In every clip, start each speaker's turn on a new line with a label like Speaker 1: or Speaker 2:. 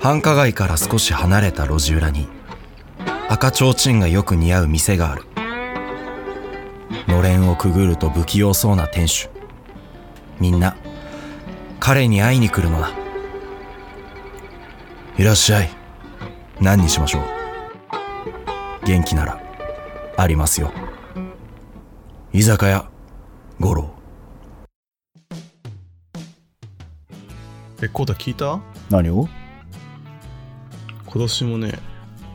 Speaker 1: 繁華街から少し離れた路地裏に赤ちょうちんがよく似合う店があるのれんをくぐると不器用そうな店主みんな彼に会いに来るのだいらっしゃい何にしましょう元気ならありますよ居酒屋五郎
Speaker 2: え、コータ聞いた
Speaker 3: 何を
Speaker 2: 今年もね、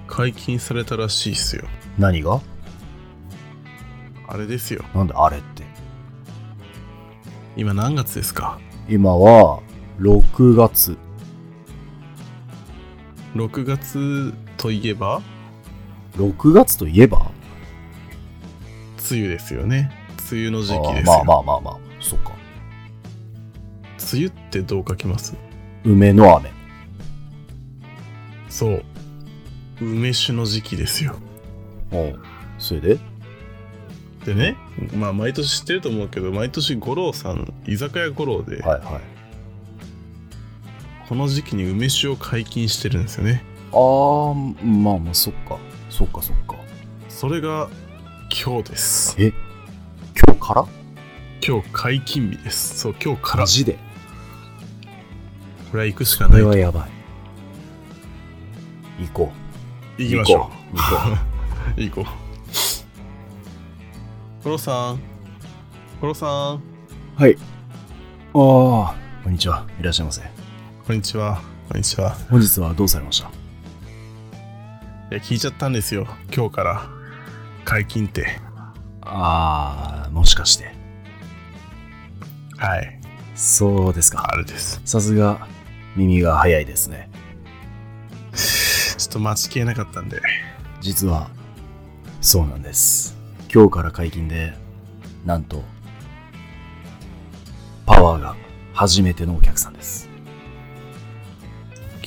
Speaker 2: 解禁されたらしいっすよ。
Speaker 3: 何が
Speaker 2: あれですよ。
Speaker 3: なんだあれって。
Speaker 2: 今何月ですか
Speaker 3: 今は、6月。
Speaker 2: ?6 月といえば、
Speaker 3: 6月といえば
Speaker 2: 梅雨ですよね。梅雨の時期です
Speaker 3: ま
Speaker 2: よ。
Speaker 3: あまあまあまあ、そっか。
Speaker 2: 梅雨ってどう書きます
Speaker 3: 梅の雨。
Speaker 2: そう。梅酒の時期ですよ。
Speaker 3: おうそれで
Speaker 2: でね、まあ毎年知ってると思うけど、毎年五郎さん、居酒屋五郎で、
Speaker 3: はいはい。
Speaker 2: この時期に梅酒を解禁してるんですよね。
Speaker 3: あー、まあまあ、そっか。そっかそっか。
Speaker 2: それが、今日です。
Speaker 3: え今日から
Speaker 2: 今日解禁日です。そう、今日から。
Speaker 3: ジで。
Speaker 2: これは行くしかないと。
Speaker 3: やばい。行こう。
Speaker 2: 行きまし
Speaker 3: う。
Speaker 2: ょう。
Speaker 3: 行こ
Speaker 2: 行こう。コロさん。コロさん。
Speaker 3: う。 ああ、こんにちは。いらっしゃいませ。
Speaker 2: こんにちは。こんにちは。
Speaker 3: 本日はどうされました
Speaker 2: いや、聞いちゃったんですよ。今日から。解禁って。
Speaker 3: ああ、もしかして。
Speaker 2: はい。
Speaker 3: そうですか。
Speaker 2: あれです。
Speaker 3: さすが、耳が早いですね。
Speaker 2: ちょっと待ちきれなかったんで。
Speaker 3: 実はそうなんです今日から解禁でなんとパワーが初めてのお客さんです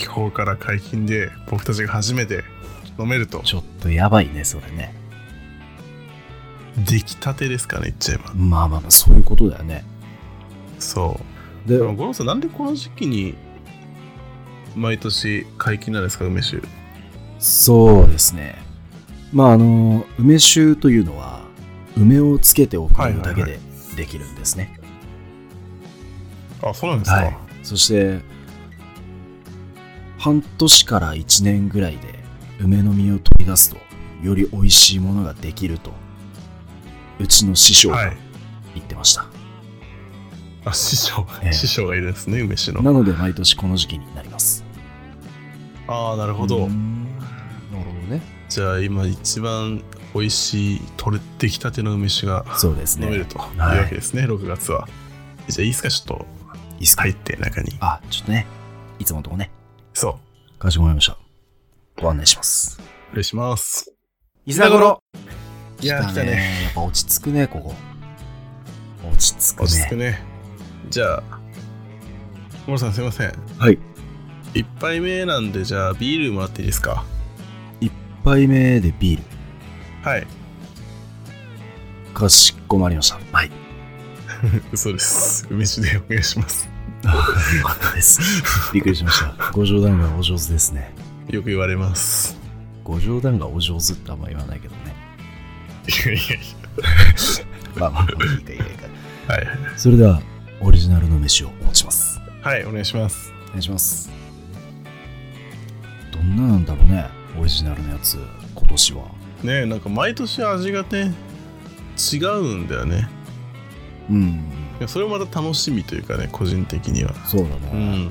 Speaker 2: 今日から解禁で、僕たちが初めて飲めると。
Speaker 3: ちょっとやばいねそれね
Speaker 2: 出来たてですかね、言っちゃえば。
Speaker 3: まあまあまあそういうことだよね
Speaker 2: そう。
Speaker 3: で
Speaker 2: でも、ゴロさん、なんでこの時期に、毎年解禁なんですか、梅酒。
Speaker 3: そうですねまああの梅酒というのは梅をつけておく
Speaker 2: はいはいはい
Speaker 3: だけでできるんですね、
Speaker 2: あ、そうなんですか。
Speaker 3: はいそして半年から1年ぐらいで梅の実を取り出すとより美味しいものができるとうちの師匠
Speaker 2: は
Speaker 3: が
Speaker 2: い。
Speaker 3: 言ってました、
Speaker 2: あ、師匠、
Speaker 3: ええ
Speaker 2: 師匠がいるんですね、梅酒の。
Speaker 3: なので毎年この時期になります
Speaker 2: ああ、なる
Speaker 3: な
Speaker 2: ほど。
Speaker 3: なるほどね
Speaker 2: じゃあ今一番美味しい取れてきたての梅酒が
Speaker 3: そうです
Speaker 2: 飲め
Speaker 3: ね
Speaker 2: るという
Speaker 3: はい
Speaker 2: わけですね、6月は。じゃあいいですかちょっと
Speaker 3: いいっすか、
Speaker 2: 入って中に。
Speaker 3: あちょっとねいつものとこね
Speaker 2: そ
Speaker 3: かしこまりましたご案内します
Speaker 2: う、お願いします。
Speaker 1: い
Speaker 2: ざごろい
Speaker 3: 来
Speaker 2: やー、
Speaker 3: たね
Speaker 2: 来たね。
Speaker 3: やっぱ落ち着くねここ落ち着くね
Speaker 2: 落ち着くね。じゃあ、モロさんすいません。
Speaker 3: はい
Speaker 2: 一杯目なんで、じゃあビールもらっていいですか
Speaker 3: 1杯目でビール
Speaker 2: はい、
Speaker 3: かしこまりましたはい
Speaker 2: 嘘です。梅酒でお願いします。
Speaker 3: よかったです。びっくりしました。ご冗談がお上手ですね。
Speaker 2: よく言われます。
Speaker 3: ご冗談がお上手ってあんま言わないけどね。
Speaker 2: いやい
Speaker 3: まあまあ、もういいかいいかいいか。
Speaker 2: やはい、
Speaker 3: それでは、オリジナルの飯をお持ちします。
Speaker 2: はい、お願いします。
Speaker 3: お願いします。どんななんだろうね、オリジナルのやつ、今年は。
Speaker 2: ねえなんか毎年味がね違うんだよね
Speaker 3: うん、
Speaker 2: いやそれもまた楽しみというかね個人的には
Speaker 3: そうだね。
Speaker 2: うん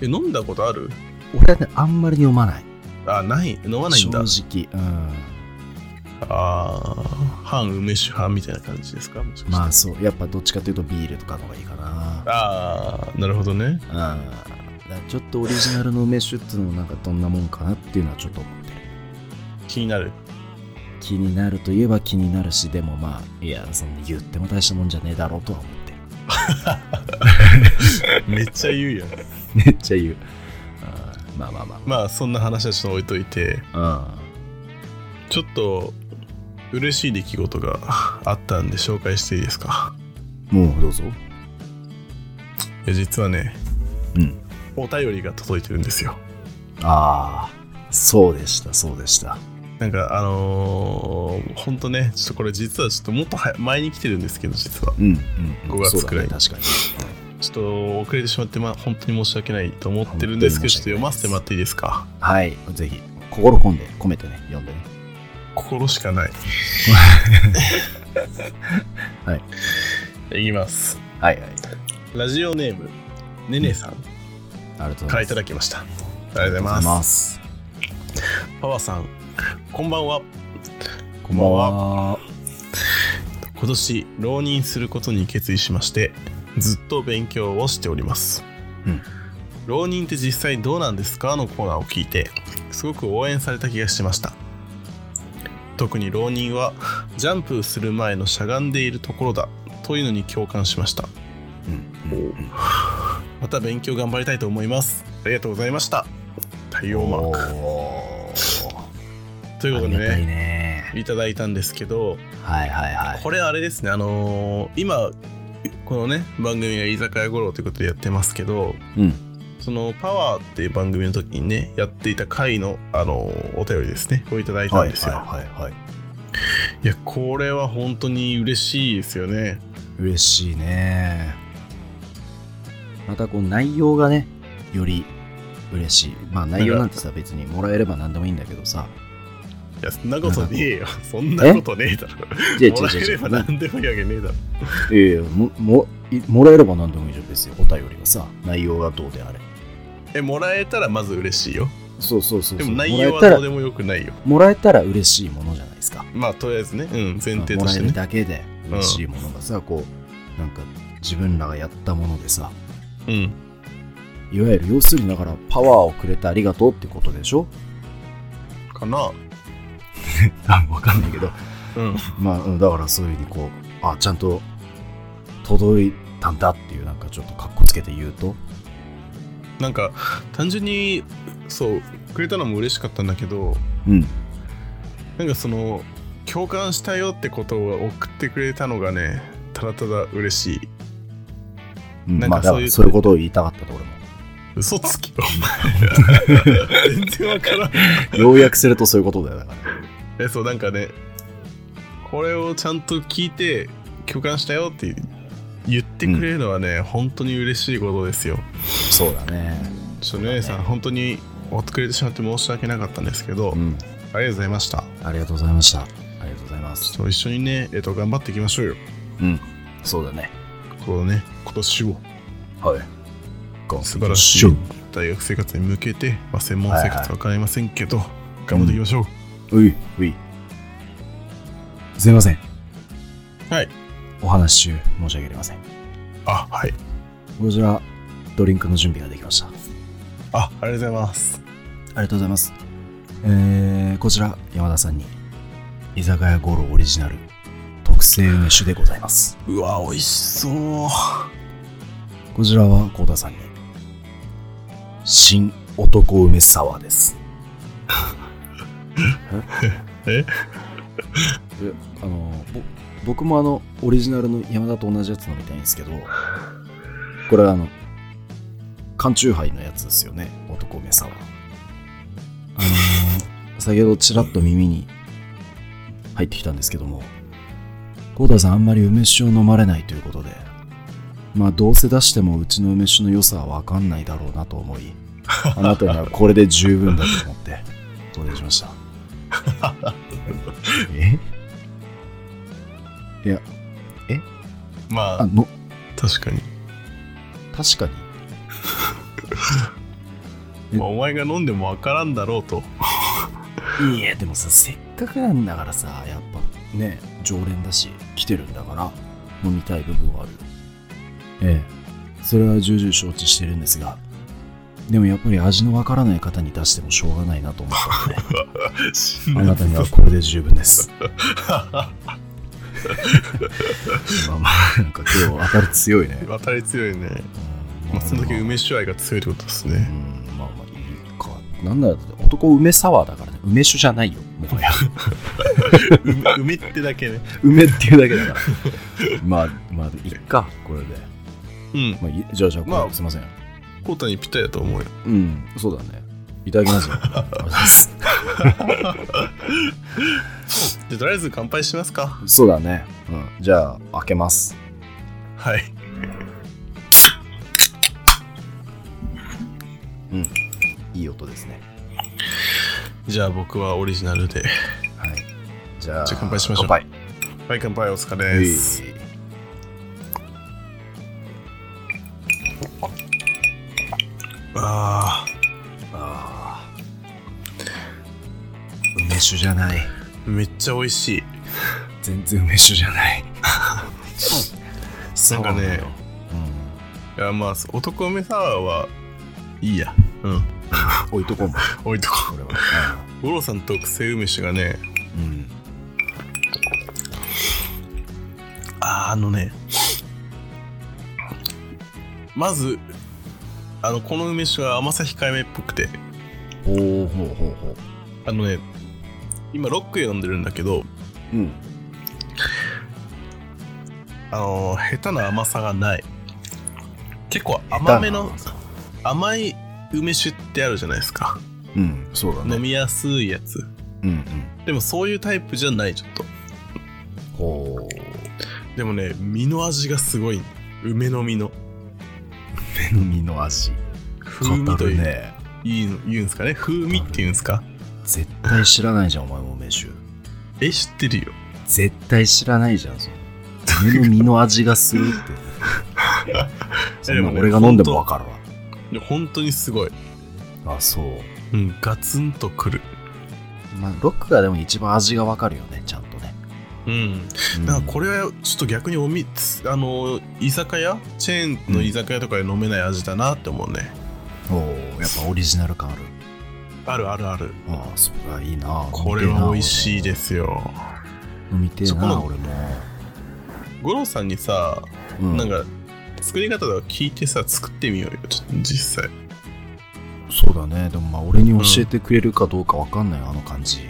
Speaker 2: え飲んだことある
Speaker 3: うん俺はね、あんまり飲まない。
Speaker 2: あない飲まないんだ
Speaker 3: 正直、うん。
Speaker 2: あー半梅酒派みたいな感じですかもしかして、
Speaker 3: まあそう、やっぱどっちかというとビールとかの方がいいかな。
Speaker 2: あーなるほどね
Speaker 3: うん。だからちょっとオリジナルの飯っていうのもなんかどんなもんかなっていうのはちょっと思ってる。
Speaker 2: 気になる
Speaker 3: 気になるといえば気になるしでもまあいやその言っても大したもんじゃねえだろうとは思ってる
Speaker 2: めっちゃ言うやん
Speaker 3: めっちゃ言うあーまあまあま
Speaker 2: まあそんな話はちょっと置いといて
Speaker 3: あ
Speaker 2: ちょっと嬉しい出来事があったんで紹介していいですか
Speaker 3: うんもうどうぞ
Speaker 2: いや実はね
Speaker 3: うん
Speaker 2: お便りが届いてるんですよ
Speaker 3: ああ、そうでした、そうでした。
Speaker 2: なんかあのー、ほんとね、ちょっとこれ実はちょっともっと早前に来てるんですけど、実は。
Speaker 3: うん、うん、
Speaker 2: 5月
Speaker 3: そうだね
Speaker 2: くらい
Speaker 3: 確かに。
Speaker 2: ちょっと遅れてしまって、まあ、本当に申し訳ないと思ってるんですけど、ちょっと読ませてもらっていいですか。
Speaker 3: はい、ぜひ、心込んで、込めてね、読んでね。
Speaker 2: 心しかない。
Speaker 3: はい。
Speaker 2: いきます。
Speaker 3: はいはい。
Speaker 2: ラジオネーム、ねねさん
Speaker 3: ありがとうご
Speaker 2: か
Speaker 3: ざ
Speaker 2: ら
Speaker 3: い
Speaker 2: いた
Speaker 3: ます。
Speaker 2: だきました。ありがとうござい
Speaker 3: ありがとうござい
Speaker 2: ま
Speaker 3: ます。
Speaker 2: す。パワーさん、こんばんは。
Speaker 3: こんばんは。
Speaker 2: 今年、浪人することに決意しまして、ずっと勉強をしております。
Speaker 3: うん
Speaker 2: 浪人って実際どうなんですかのコーナーを聞いて、すごく応援された気がしました。特に浪人はジャンプする前のしゃがんでいるところだというのに共感しました
Speaker 3: うん、うんうん。
Speaker 2: また勉強頑張りたいと思いますありがとうございました太陽マーク
Speaker 3: おー
Speaker 2: ということで
Speaker 3: ありがたい
Speaker 2: ね
Speaker 3: ね。
Speaker 2: いただいたんですけど
Speaker 3: はいはいはい。
Speaker 2: これあれですねあのー今このね番組が居酒屋五郎ということでやってますけど
Speaker 3: うん。
Speaker 2: その「パワー」っていう番組の時にねやっていた回の、あのーお便りですねをいただいた
Speaker 3: は
Speaker 2: ん
Speaker 3: い
Speaker 2: ですよ、
Speaker 3: はいはいはい。
Speaker 2: いやこれは本当に嬉しいですよね
Speaker 3: 嬉しいねまたこう内容がねより嬉しいまあ内容なんてさ別にもらえれば何でもいいんだけどさ
Speaker 2: いやそんなことねえよそんなことねえだろ
Speaker 3: 違う違
Speaker 2: もらえ
Speaker 3: う違
Speaker 2: れ
Speaker 3: う
Speaker 2: ば
Speaker 3: な
Speaker 2: 何でもいいわけねえだろ。
Speaker 3: いやいやももいもらえれば何でもいいじゃん別にお便りがさ内容がどうであれ
Speaker 2: え、もらえたらまず嬉しいよ。
Speaker 3: そうそうそうそう
Speaker 2: でも内容
Speaker 3: も
Speaker 2: は
Speaker 3: らえた
Speaker 2: どう
Speaker 3: ら
Speaker 2: でもよくないよ。
Speaker 3: もらえたら嬉しいものじゃないですか
Speaker 2: まあ、とりあえずね、うん、前提
Speaker 3: も
Speaker 2: と
Speaker 3: ら
Speaker 2: し
Speaker 3: え
Speaker 2: て
Speaker 3: る
Speaker 2: ね。
Speaker 3: だけで嬉しいものがさ、こうなんか自分らがやったものでさ
Speaker 2: うん。
Speaker 3: いわゆる要するにだからパワーをくれてありがとうってことでし ょ
Speaker 2: かな。
Speaker 3: あ分かんないけど
Speaker 2: うん。
Speaker 3: まあうん、だからそういうふうにこう、あ、ちゃんと届いたんだっていう、なんかちょっとかっこつけて言うと、
Speaker 2: なんか、単純に、そう、くれたのも嬉しかったんだけど、
Speaker 3: うん、
Speaker 2: なんかその、共感したよってことを送ってくれたのがね、ただただ嬉しい。
Speaker 3: うん
Speaker 2: なん
Speaker 3: ま
Speaker 2: か
Speaker 3: あだ
Speaker 2: そう
Speaker 3: か
Speaker 2: いう
Speaker 3: らそういうことを言いたかったと 俺も。
Speaker 2: 嘘 つきよ、お前。全然わからん。
Speaker 3: 要約するとそういうことだよ、だから。
Speaker 2: え、そう、なんかね、これをちゃんと聞いて、共感したよって言ってくれるのはね、本当に嬉しいことですよ。
Speaker 3: そうだね。
Speaker 2: ちょっとね、さん、本当に遅れてしまって申し訳なかったんですけど、
Speaker 3: う
Speaker 2: あり
Speaker 3: ん、
Speaker 2: がとうございました。
Speaker 3: ありがとうございました。ありがとうございま
Speaker 2: ちょっ
Speaker 3: す。
Speaker 2: と一緒にね、えっと、頑張っていきましょうよ。
Speaker 3: うん、そうだね。
Speaker 2: このね、今年を
Speaker 3: はい。
Speaker 2: 素晴らしい大学生活に向けて、まあ、専門生活は変わりませんけど、頑張っていきましょう。
Speaker 3: ういうい。すいません。
Speaker 2: はい。
Speaker 3: お話し中、申し訳ありません。
Speaker 2: あ、はい。
Speaker 3: こちら、ドリンクの準備ができました。
Speaker 2: あ、ありがとうございます。
Speaker 3: ありがとうございます。えー、こちら、山田さんに、居酒屋五郎オリジナル、特製梅酒でございます。
Speaker 2: うわ、美味しそう。
Speaker 3: こちらは、幸田さんに、新男梅サワーです。
Speaker 2: え
Speaker 3: あの、ぼ僕もあの、オリジナルの山田と同じやつ飲みたいんですけど、これはあの、缶チューハイのやつですよね、男梅サワー。あのー先ほどちらっと耳に入ってきたんですけども、コーダさんあんまり梅酒を飲まれないということで、まあどうせ出してもうちの梅酒の良さは分かんないだろうなと思い、あなたにはこれで十分だと思って、お礼しました。えいや、
Speaker 2: ま
Speaker 3: あ
Speaker 2: あ、
Speaker 3: の、
Speaker 2: 確かに。
Speaker 3: 確かに。え
Speaker 2: まあ、お前が飲んでもわからんだろうと。
Speaker 3: いやでもさせっかくなんだからさやっぱね常連だし来てるんだから飲みたい部分はあるよええそれは重々承知してるんですがでもやっぱり味のわからない方に出してもしょうがないなと思 ったので
Speaker 2: 死ぬ
Speaker 3: あなた にはこれで十分ですまあまあなんか今日当たり強いね
Speaker 2: 当たり強いね。
Speaker 3: うん
Speaker 2: まあ、その時梅酒愛が強いってことですね。
Speaker 3: うんまあまあいいかなんならだって男梅サワーだからね梅酒じゃないよもはや
Speaker 2: 梅梅ってだけね。
Speaker 3: 梅っていうだけだ からまあまあいっかこれで
Speaker 2: うん。
Speaker 3: まあ、いじゃあじゃあ、
Speaker 2: まあ
Speaker 3: これすいません。
Speaker 2: コータにぴったりだと思うよ。
Speaker 3: うん、そうだね。いただきます よ。ありがとうございます。
Speaker 2: でとりあえず乾杯しますか
Speaker 3: そうだね。うん。じゃあ、開けます。
Speaker 2: はい
Speaker 3: いい音ですね。
Speaker 2: じゃあ僕はオリジナルで
Speaker 3: はい。じゃあ、
Speaker 2: じゃあ乾杯しましょう
Speaker 3: 乾杯。
Speaker 2: はい乾杯お疲れです
Speaker 3: うい
Speaker 2: あ
Speaker 3: あー梅酒じゃない。
Speaker 2: ーめっちゃ美味しい
Speaker 3: 全然梅酒じゃない。
Speaker 2: なんかね
Speaker 3: う
Speaker 2: いやまあ男梅サワーはいいやうん
Speaker 3: ん。置いとこうもん、
Speaker 2: 置いとこ
Speaker 3: これは。
Speaker 2: う五郎さん特製梅酒がね
Speaker 3: うん。
Speaker 2: あーあのねまずあのこの梅酒は甘さ控えめっぽくて
Speaker 3: ほうほうほうほう。
Speaker 2: あのね今ロックで飲んでるんだけど
Speaker 3: うん。
Speaker 2: あのー下手な甘さがない結構甘め
Speaker 3: 下手
Speaker 2: の
Speaker 3: な甘さ
Speaker 2: 甘い梅酒ってあるじゃないですか
Speaker 3: うん、そうだね。
Speaker 2: 飲みやすいやつ
Speaker 3: うんうん。
Speaker 2: でもそういうタイプじゃないちょっと
Speaker 3: ほう。
Speaker 2: でもね身の味がすごい梅の実の
Speaker 3: 手の身の味。
Speaker 2: 風味と
Speaker 3: 語
Speaker 2: い
Speaker 3: る
Speaker 2: う、
Speaker 3: ね。
Speaker 2: いいの言うんですかね風味っていうんですか
Speaker 3: 絶対知らないじゃん、お前も梅酒。
Speaker 2: え知ってるよ
Speaker 3: 絶対知らないじゃん、そ の。梅の身の味がするって。そ
Speaker 2: で
Speaker 3: んな
Speaker 2: もね
Speaker 3: 俺が飲んでもわかるわ
Speaker 2: いや本当にすごい、。
Speaker 3: あ、そう。
Speaker 2: うん、ガツンとくる
Speaker 3: まあ、ロックがでも一番味がわかるよね、ちゃんとね。
Speaker 2: うん
Speaker 3: うん
Speaker 2: だからこれはちょっと逆におみあの居酒屋チェーンの居酒屋とかで飲めない味だなって思うね、
Speaker 3: おーやっぱオリジナル感ある。
Speaker 2: あるあるある
Speaker 3: ああ、そりゃいいな。
Speaker 2: これは美味しい
Speaker 3: で。
Speaker 2: ですよ
Speaker 3: 飲みてえ
Speaker 2: そこ
Speaker 3: な、
Speaker 2: の
Speaker 3: 俺も。
Speaker 2: 五郎さんにさ、
Speaker 3: う
Speaker 2: なんか作り方とか聞いてさ作ってみようよちょっと実際
Speaker 3: そうだね。でもまあ、俺に教えてくれるかどうかわかんないよ、あの感じ。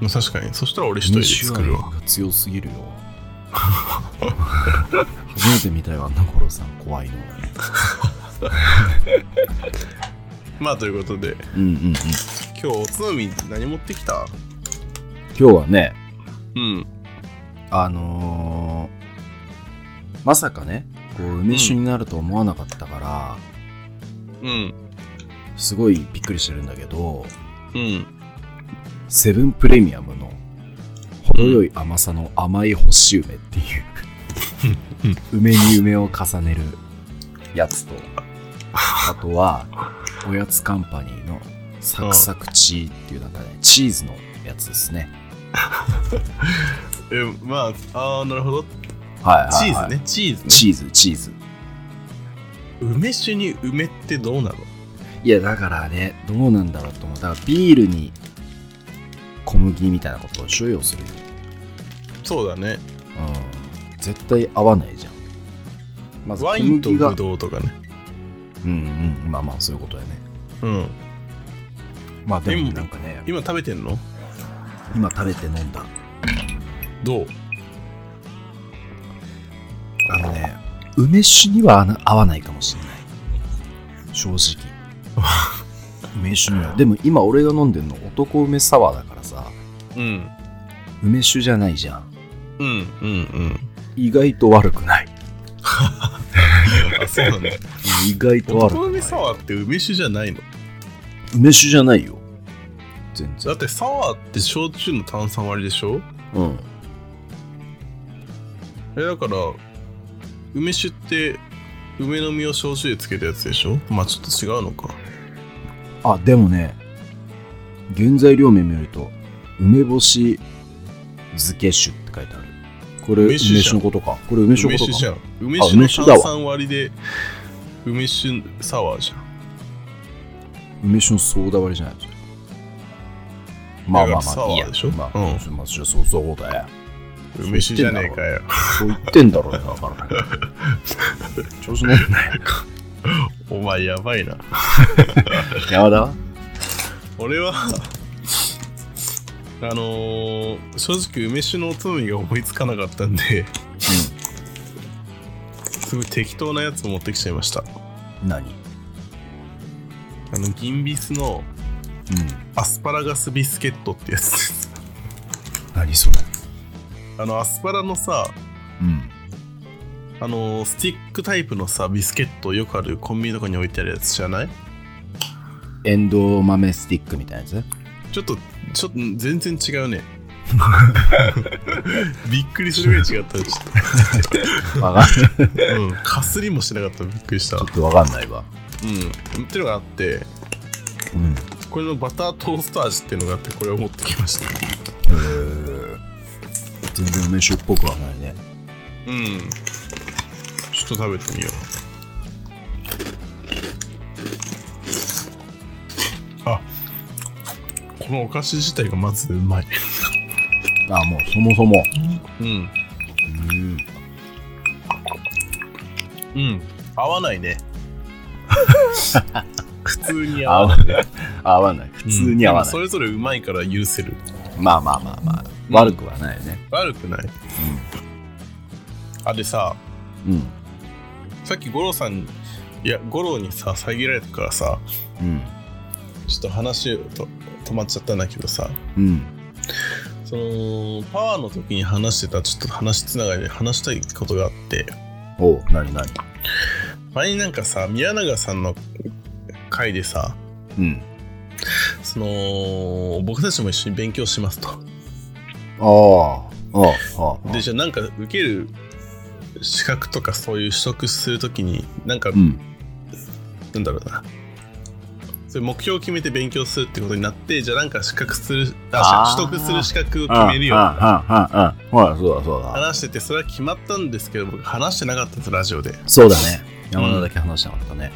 Speaker 2: まあ確かにそしたら俺一人で作るわ
Speaker 3: が強すぎるよ。初めて見たよ、あんな頃さん、怖いの。
Speaker 2: まあということで
Speaker 3: うんうんうん。今
Speaker 2: 今日おつまみ何持ってきた
Speaker 3: 日はね、
Speaker 2: うん
Speaker 3: あのー、まさかね、こう、梅酒になると思わなかったから、
Speaker 2: うん
Speaker 3: すごいびっくりしてるんだけど、
Speaker 2: うん
Speaker 3: セブンプレミアムの程よい甘さの甘い干し梅っていう、梅に梅を重ねるやつと、あとは、おやつカンパニーのサクサクチーっていうなんかね、チーズのやつですね。
Speaker 2: えまああーなるほど
Speaker 3: はいは
Speaker 2: チ
Speaker 3: い、
Speaker 2: ー
Speaker 3: はい。
Speaker 2: ズねチーズね
Speaker 3: チーズ、チーズ。
Speaker 2: 梅酒に梅ってどうなの
Speaker 3: いや、だからね、どうなんだろうと思う。だからビールに小麦みたいなことを所要するよ。
Speaker 2: そうだね
Speaker 3: うん。絶対合わないじゃん。まず小
Speaker 2: ワインと
Speaker 3: 麦が
Speaker 2: ブ。ドウとかね
Speaker 3: うんうん。まあまあ、そういうことやね。
Speaker 2: うん
Speaker 3: まあで
Speaker 2: で
Speaker 3: も
Speaker 2: も
Speaker 3: なんかね、
Speaker 2: 今食べてんの
Speaker 3: 今食べて飲んだ。
Speaker 2: どう
Speaker 3: あのね、梅酒にはあな合わないかもしれない。正 直。梅酒には。でも今俺が飲んでるの男梅サワーだからさ、
Speaker 2: うん
Speaker 3: 梅酒じゃないじゃん。
Speaker 2: うんうんうん
Speaker 3: 意外と悪くない。
Speaker 2: あ そうなんだ
Speaker 3: 意外と悪く
Speaker 2: 乙
Speaker 3: な
Speaker 2: 梅
Speaker 3: い。
Speaker 2: サワーって梅酒じゃないの
Speaker 3: 梅酒じゃないよ。全
Speaker 2: だ
Speaker 3: 然
Speaker 2: っ。てサワーって焼酎の炭酸割りでしょ
Speaker 3: うん。
Speaker 2: えだから梅酒って梅の実を焼酎でつけたやつでしょまあちょっと違うのか
Speaker 3: あ、でもね、原材料名見ると、梅干し漬け酒って書いてある。これ梅
Speaker 2: 梅酒じゃん
Speaker 3: 酒のことか。これ梅酒の
Speaker 2: 梅
Speaker 3: こと
Speaker 2: 酒
Speaker 3: か
Speaker 2: じ。ゃん梅
Speaker 3: あ
Speaker 2: 酒
Speaker 3: 梅
Speaker 2: の
Speaker 3: 酒だわ
Speaker 2: 炭酸割りで梅酒サワーじゃん
Speaker 3: 梅酒のソーダ割りじゃないですか。まあまあ
Speaker 2: サ
Speaker 3: まあ、
Speaker 2: ワー
Speaker 3: いいや。
Speaker 2: でしょ
Speaker 3: まあ、
Speaker 2: うん
Speaker 3: まあ、じゃあそうそうだよ。
Speaker 2: 梅酒じゃねえかよ
Speaker 3: そう言ってんだろうね、だからね。調子乗 ってない。
Speaker 2: お前やばいな
Speaker 3: やだ
Speaker 2: 俺は あのー正直梅酒のおつまみが思いつかなかったんで、 すごい適当なやつ持ってきちゃいました
Speaker 3: 何
Speaker 2: あのギンビスの
Speaker 3: うん。
Speaker 2: アスパラガスビスケットってやつです
Speaker 3: 何それ。
Speaker 2: あのアスパラのさ
Speaker 3: うん。
Speaker 2: あのスティックタイプのさビスケットよくあるコンビニとかに置いてあるやつじゃない
Speaker 3: エンドウ豆スティックみたいなやつ
Speaker 2: ちょっとちょっと全然違う ねびっくりするぐらい違ったちょっ
Speaker 3: わ かんない。
Speaker 2: と、うん、かすりもしなかったびっくりした
Speaker 3: ちょっとわかんないわ。
Speaker 2: うんっていうのがあって
Speaker 3: うん。
Speaker 2: これのバタートースト味っていうのがあってこれを持ってきました
Speaker 3: えー、全然梅酒っぽくはないね。
Speaker 2: うんちょっと食べてみようあこのお菓子自体がまずうまい
Speaker 3: あ、もうそもそも。
Speaker 2: うん
Speaker 3: うん。
Speaker 2: うん合わない ね普通に合
Speaker 3: 合
Speaker 2: わな
Speaker 3: わ
Speaker 2: い
Speaker 3: ない。 合わない。普通に合わ
Speaker 2: うんでも
Speaker 3: ない
Speaker 2: そ。れぞれうまいから許せる
Speaker 3: まあまあまあまあ。悪くはないよね。
Speaker 2: 悪くない、あでさ
Speaker 3: うん。
Speaker 2: さっき五郎さんにいや五郎にさ遮られたからさ
Speaker 3: うん。
Speaker 2: ちょっと話と止まっちゃったんだけどさ
Speaker 3: うん。
Speaker 2: そのパワーの時に話してたちょっと話つながりで話したいことがあって
Speaker 3: おう、なになに
Speaker 2: 前になんかさ宮永さんの回でさ
Speaker 3: うん。
Speaker 2: その僕たちも一緒に勉強しますと
Speaker 3: ああ。ああ。ああ
Speaker 2: でじゃあなんか受ける資格とかそういう取得するときになんか、
Speaker 3: うん。
Speaker 2: なんだろうなそれ目標を決めて勉強するってことになってじゃあなんか資格するあ
Speaker 3: あー
Speaker 2: 取得する資格を決めるよ
Speaker 3: ああああああほら、そうだそうだ。
Speaker 2: 話しててそれは決まったんですけど僕話してなかったんですラジオで
Speaker 3: そうだね。山田だけ話しなかったね。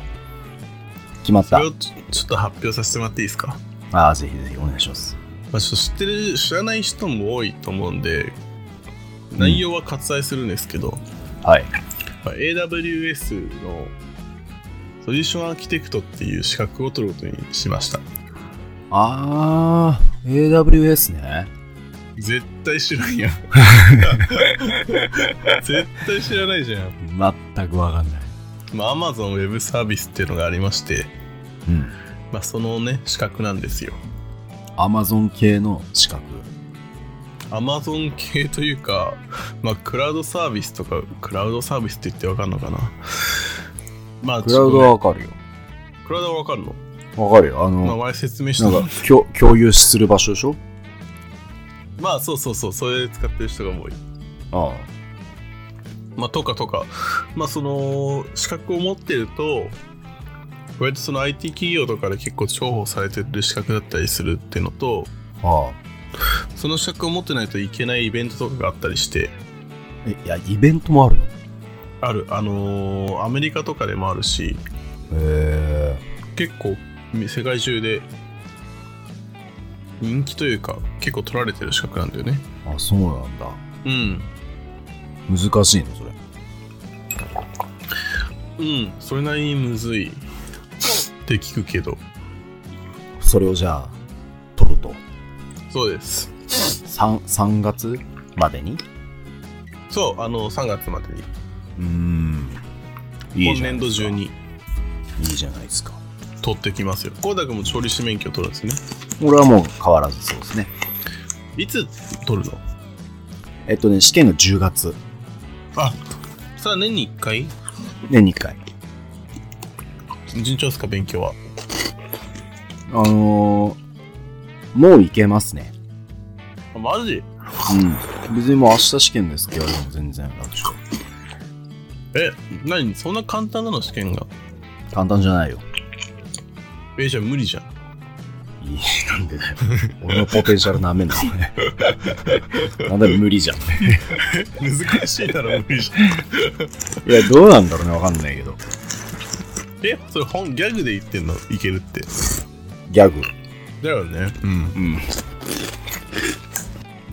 Speaker 3: 決まっ
Speaker 2: そ
Speaker 3: た
Speaker 2: れ。をちょちょっと発表させてもらっていいですか、
Speaker 3: ああ、ぜひぜひお願いします。
Speaker 2: まあ、ちょっと知ってる知らない人も多いと思うんで内容は割愛するんですけど、
Speaker 3: はい。
Speaker 2: まあ AWS のソリューションアーキテクトっていう資格を取ることにしました
Speaker 3: ああ、AWS ね。
Speaker 2: 絶対知ら んやん絶対知らないじゃん
Speaker 3: 全くわかんない。
Speaker 2: まあ Amazon ウェブサービスっていうのがありまして、
Speaker 3: うん。
Speaker 2: まあ、そのね資格なんですよ
Speaker 3: Amazon 系の資格。
Speaker 2: Amazon 系というか、まあ、クラウドサービスとかクラウドサービスって言ってわかんのかなまあ
Speaker 3: クラウド
Speaker 2: ちょ
Speaker 3: は
Speaker 2: っ
Speaker 3: わかるよ。
Speaker 2: とねクラウドはわかるの、
Speaker 3: わかるよ。あの、
Speaker 2: まあ、前説明し
Speaker 3: な
Speaker 2: た
Speaker 3: んか共共有する場所でしょ
Speaker 2: まあそうそうそうそれで使ってる人が多い
Speaker 3: ああ。
Speaker 2: まあ、とかとか、まあ、その資格を持ってると割とその IT 企業とかで結構重宝されてる資格だったりするっていうのと
Speaker 3: ああ。
Speaker 2: その資格を持ってないといけないイベントとかがあったりして
Speaker 3: え、いや、イベントもあるのへ
Speaker 2: あるあのーアメリカとかでもあるし
Speaker 3: え。
Speaker 2: 結構世界中で人気というか結構取られてる資格なんだよね
Speaker 3: あ、そうなんだ。
Speaker 2: うん
Speaker 3: 難しいの、それ。
Speaker 2: うんそれなりにむずいって聞くけど
Speaker 3: それをじゃあ、取ると。
Speaker 2: そうです
Speaker 3: 3, 3月までに
Speaker 2: そうあの3月までに
Speaker 3: うーん。いい
Speaker 2: 今
Speaker 3: じゃない
Speaker 2: 年
Speaker 3: で
Speaker 2: 度
Speaker 3: すか
Speaker 2: 中。に
Speaker 3: いいじゃないですか。
Speaker 2: 取ってきますよコーダ君も調理師免許取るんですね
Speaker 3: 俺はもう変わらずそうですね。
Speaker 2: いつ取るの
Speaker 3: えっとね、試験が10月。
Speaker 2: あそれは年に1回
Speaker 3: 年に1回。
Speaker 2: 順調ですか勉強は
Speaker 3: あのー、もういけますね。
Speaker 2: あマジ
Speaker 3: うん。別にもう明日試験ですって言われても全然楽勝。
Speaker 2: え何そんな簡単なの試験が
Speaker 3: 簡単じゃないよ。
Speaker 2: えじゃあ無理じゃん
Speaker 3: いい、なんでだ よ。俺のポテンシャルなめんな、 俺なんで無理じゃん。
Speaker 2: 難しいなら無理じゃん
Speaker 3: いや、どうなんだろうね、わかんないけど。
Speaker 2: えそれ本ギャグで言ってんのいけるって
Speaker 3: ギャグ。
Speaker 2: だよねうん
Speaker 3: うん。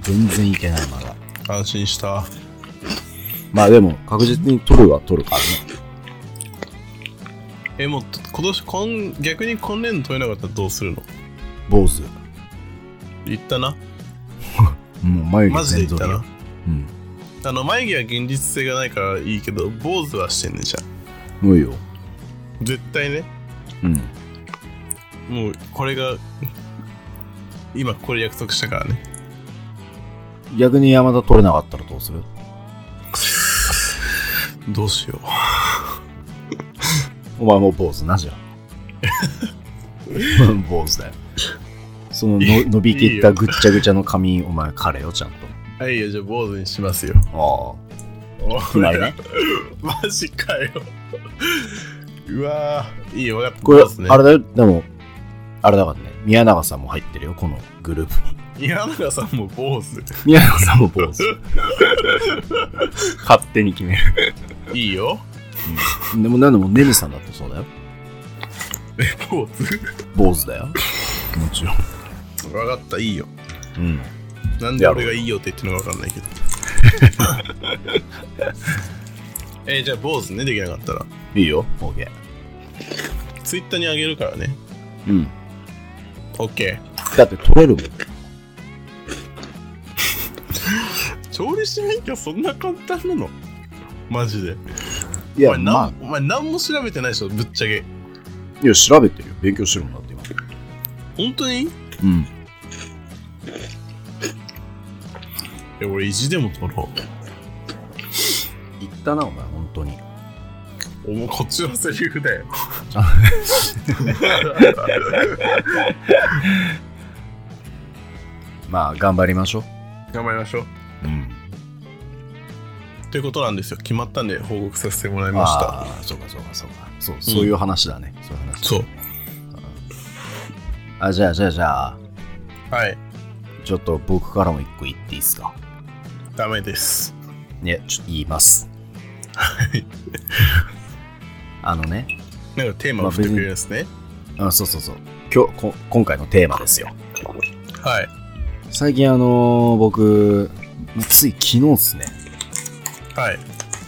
Speaker 3: 全然いけない、まだ。
Speaker 2: 安心した
Speaker 3: まあでも、確実に取るは取るからね。
Speaker 2: えもう今年こん逆に今年度取れなかったらどうするの
Speaker 3: 坊主。
Speaker 2: 言ったな
Speaker 3: もう眉毛
Speaker 2: マジで
Speaker 3: 全
Speaker 2: 言
Speaker 3: 然
Speaker 2: ったな
Speaker 3: うん。
Speaker 2: あの眉毛は現実性がないからいいけど坊主はしてんねじゃん
Speaker 3: もういいよ。
Speaker 2: 絶対ね
Speaker 3: うん。
Speaker 2: もうこれが今これ約束したからね
Speaker 3: 逆に山田取れなかったらどうする
Speaker 2: どうしよ
Speaker 3: お前もう坊主なじ ゃん坊主だよその
Speaker 2: い
Speaker 3: の伸びきったぐっちゃぐちゃの髪お前彼よちゃん
Speaker 2: うはいよじゃあ坊主にしますよ
Speaker 3: とああ決まりね
Speaker 2: マジかようわーいいよ分かった
Speaker 3: これ、
Speaker 2: 坊主ね
Speaker 3: あれだよでもあれだからね宮永さんも入ってるよこのグループに
Speaker 2: 宮永さんも坊主
Speaker 3: 宮永さんも坊主勝手に決める
Speaker 2: いいよ
Speaker 3: でもなんでもネムさんだってそうだよ
Speaker 2: 坊主
Speaker 3: 坊主だよもちろん
Speaker 2: 分かったいいよ
Speaker 3: うん
Speaker 2: なんで俺がいいよって言ってるのか分かんないけど えーじゃあ坊主ねできなかったら
Speaker 3: いいよ OK
Speaker 2: ツイッターにあげるからね
Speaker 3: うん
Speaker 2: OK
Speaker 3: だって取れるもん
Speaker 2: 調理師免許そんな簡単なのマジで
Speaker 3: い
Speaker 2: お
Speaker 3: や
Speaker 2: 前な
Speaker 3: ま
Speaker 2: ん、
Speaker 3: あ
Speaker 2: お前何も調べてないでしょぶっちゃけ
Speaker 3: いや調べてるよ勉強してるもんだって今
Speaker 2: 本当にい
Speaker 3: うん
Speaker 2: や俺意地でも取ろ
Speaker 3: 言ったなお前本当に
Speaker 2: うお前こっちのセリフだよ
Speaker 3: まあ頑張りましょう
Speaker 2: 頑張りましょう
Speaker 3: うん
Speaker 2: ということなんですよ決まったんで報告させてもらいました
Speaker 3: ああそうかそうかそうかそうそういう話だね、そういう話
Speaker 2: そう
Speaker 3: あじゃあじゃあじゃあ
Speaker 2: はい
Speaker 3: ちょっと僕からも一個言っていいですか
Speaker 2: ダメです
Speaker 3: ねちょっと言い ますあのね
Speaker 2: なんかテーマを振ってくれるんですね、
Speaker 3: あそうそうそう今日こ今回のテーマですよ
Speaker 2: はい
Speaker 3: 最近あのー僕つい昨日っすね
Speaker 2: はい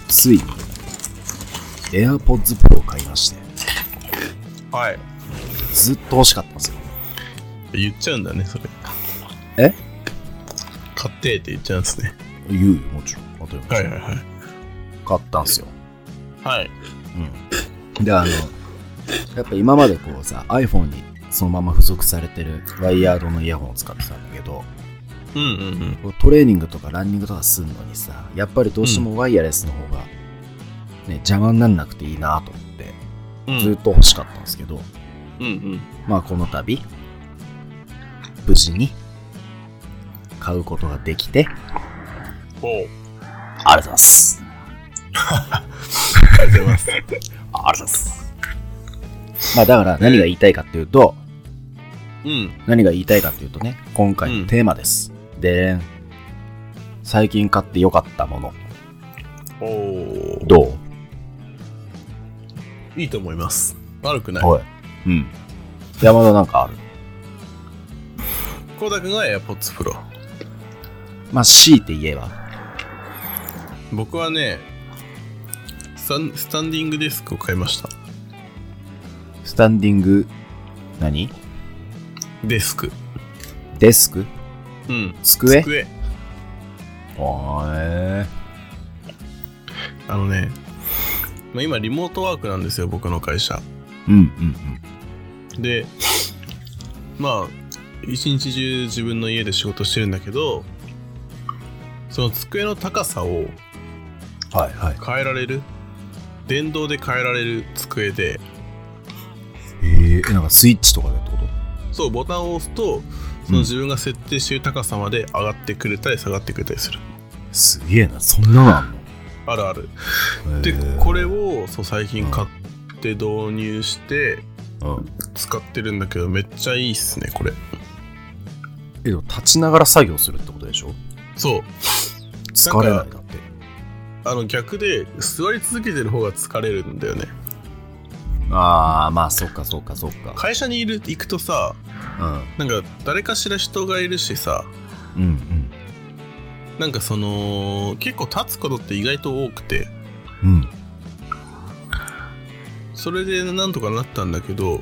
Speaker 3: ついに AirPods Pro を買いまして
Speaker 2: はい
Speaker 3: ずっと欲しかったんですよ
Speaker 2: 言っちゃうんだねそれ
Speaker 3: え
Speaker 2: 買ってって言っちゃうんですね
Speaker 3: 言うよもちろん当たり前
Speaker 2: はいはい
Speaker 3: 買ったんですよ
Speaker 2: はい
Speaker 3: であのやっぱ今までこうさ iPhone にそのまま付属されてるワイヤードのイヤホンを使ってたんだけど
Speaker 2: うんうんうん
Speaker 3: こうトレーニングとかランニングとかするのにさやっぱりどうしてもワイヤレスの方が、ね邪魔にならなくていいなと思って
Speaker 2: うん
Speaker 3: ずっと欲しかったんですけど、
Speaker 2: うんうん
Speaker 3: まあこの度無事に買うことができて
Speaker 2: おう
Speaker 3: ありがとうござい ます
Speaker 2: ありがとうございます
Speaker 3: ありがとうございますまあだから何が言いたいかっていうと、
Speaker 2: うん
Speaker 3: 何が言いたいかというとね今回のテーマです、でーん最近買ってよかったもの
Speaker 2: おお
Speaker 3: ど
Speaker 2: いいと思います悪くな
Speaker 3: う
Speaker 2: い
Speaker 3: おいうん山田なんかある
Speaker 2: コ田君が AirPods Pro
Speaker 3: まあ強いて言えば
Speaker 2: 僕はねスタンスタンディングデスクを買いました
Speaker 3: スタンディング何
Speaker 2: デスク
Speaker 3: デスク
Speaker 2: うん
Speaker 3: 机
Speaker 2: 机
Speaker 3: おーえ
Speaker 2: あのねまあ今リモートワークなんですよ僕の会社
Speaker 3: ーうんうん
Speaker 2: でまあ一日中自分の家で仕事してるんだけどその机の高さを
Speaker 3: うんはいはい
Speaker 2: 変えられる電動で変えられる机で
Speaker 3: えー、なんかスイッチとかでってこと
Speaker 2: そうボタンを押すとその自分が設定している高さまで上がってくれたり下がってくれたりする
Speaker 3: すげえなそんなのあんの
Speaker 2: あるある
Speaker 3: え
Speaker 2: で
Speaker 3: ー
Speaker 2: これをそう最近買って導入して
Speaker 3: うん
Speaker 2: 使ってるんだけどめっちゃいいっすねこれ
Speaker 3: えでも立ちながら作業するってことでしょ
Speaker 2: そう
Speaker 3: 疲れないだって
Speaker 2: あの逆で座り続けてる方が疲れるんだよね
Speaker 3: ああまあそっかそっかそっか
Speaker 2: 会社にいる行くとさなんか誰かしら人がいるしさ
Speaker 3: うんうんうん
Speaker 2: なんかその結構立つことって意外と多くて
Speaker 3: うん。
Speaker 2: それでなんとかなったんだけど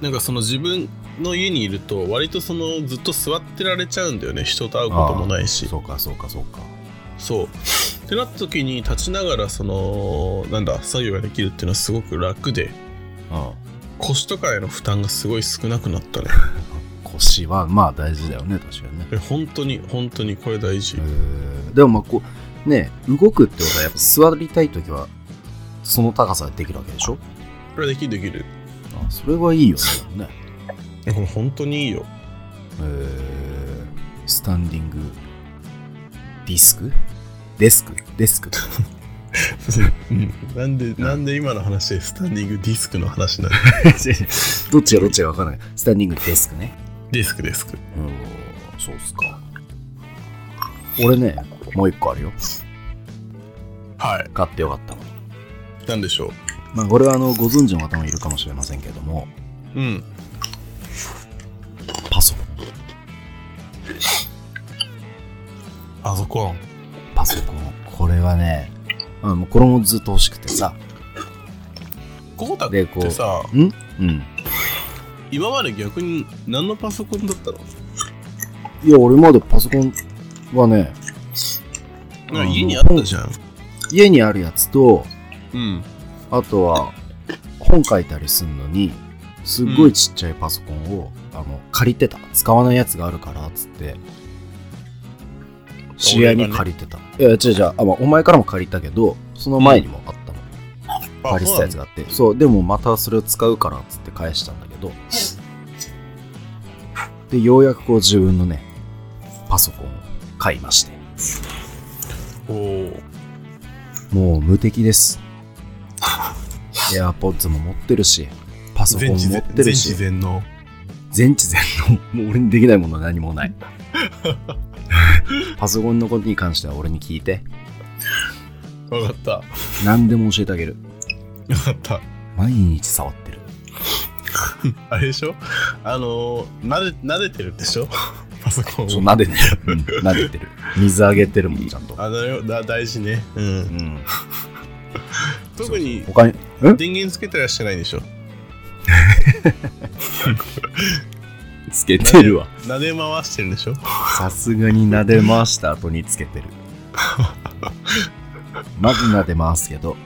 Speaker 2: なんかその自分の家にいると割とそのずっと座ってられちゃうんだよね人と会うこともないし
Speaker 3: そうか、そうか、そうか。
Speaker 2: そうってなった時に立ちながらそのなんだ作業ができるっていうのはすごく楽で
Speaker 3: ああ
Speaker 2: 腰とかへの負担がすごい少なくなったね
Speaker 3: しはまあ大事だよね確かにね、
Speaker 2: え本当に本当にこれ大事、
Speaker 3: えーでもまあこうね動くってことはやっぱ座りたい時はその高さでできるわけでしょ
Speaker 2: これできるできる
Speaker 3: あそれはいいよね
Speaker 2: えこれ本当にいいよ
Speaker 3: えースタンディングディスクデスクデスク
Speaker 2: なんでなんで今の話でスタンディングディスクの話なの
Speaker 3: どっちがどっちが分からないスタンディングデスクね
Speaker 2: ディスクデスク
Speaker 3: うんそうっすか俺ねもう一個あるよ
Speaker 2: はい
Speaker 3: 買ってよかったの
Speaker 2: なんでしょ
Speaker 3: まあこれはあのご存知の方もいるかもしれませんけれども
Speaker 2: ううん
Speaker 3: パソコン
Speaker 2: パソコン
Speaker 3: パソコンこれはねあのこれもずっと欲しくてさ
Speaker 2: コータ
Speaker 3: で
Speaker 2: っ
Speaker 3: こう
Speaker 2: てさ
Speaker 3: うんうん
Speaker 2: 今まで逆に何のパソコンだったの
Speaker 3: いや俺まだパソコンはね
Speaker 2: なんか家にあったじゃん
Speaker 3: 家にあるやつと
Speaker 2: うん
Speaker 3: あとは本書いたりすんのにすっごいちっちゃいパソコンを、あの借りてた使わないやつがあるからっつって知り合いに借りてた、いや違う違うあ、まあ、お前からも借りたけどその前にもあったの、
Speaker 2: あ
Speaker 3: 借りてたやつがあってそうでもまたそれを使うからっつって返したんだけどでようやくこう自分のねパソコンを買いまして
Speaker 2: おおー
Speaker 3: もう無敵です。エアポッズも持ってるし、パソコン
Speaker 2: 全
Speaker 3: も
Speaker 2: 知
Speaker 3: 持
Speaker 2: 全
Speaker 3: ってる
Speaker 2: 全
Speaker 3: し
Speaker 2: 知、全能
Speaker 3: 全知全能、もう俺にできないものは何もない。パソコンのことに関しては俺に聞いて、
Speaker 2: わかったわ
Speaker 3: 何でも教えてあげる。
Speaker 2: かった
Speaker 3: 毎日触ってる。
Speaker 2: あれでしょあのー、なで撫でてるで しょパソコン
Speaker 3: そう、
Speaker 2: を
Speaker 3: 撫でてる。うん、撫でてる。水あげてるもん、ちゃんと。
Speaker 2: あだよだ大事ねうん
Speaker 3: うん、
Speaker 2: 特に
Speaker 3: 他に、
Speaker 2: 電源つけてらっしゃないんでしょ
Speaker 3: つけてるわ。
Speaker 2: 撫で回してるんでしょ
Speaker 3: さすがに撫で回した後につけ てる。まず撫で回すけど、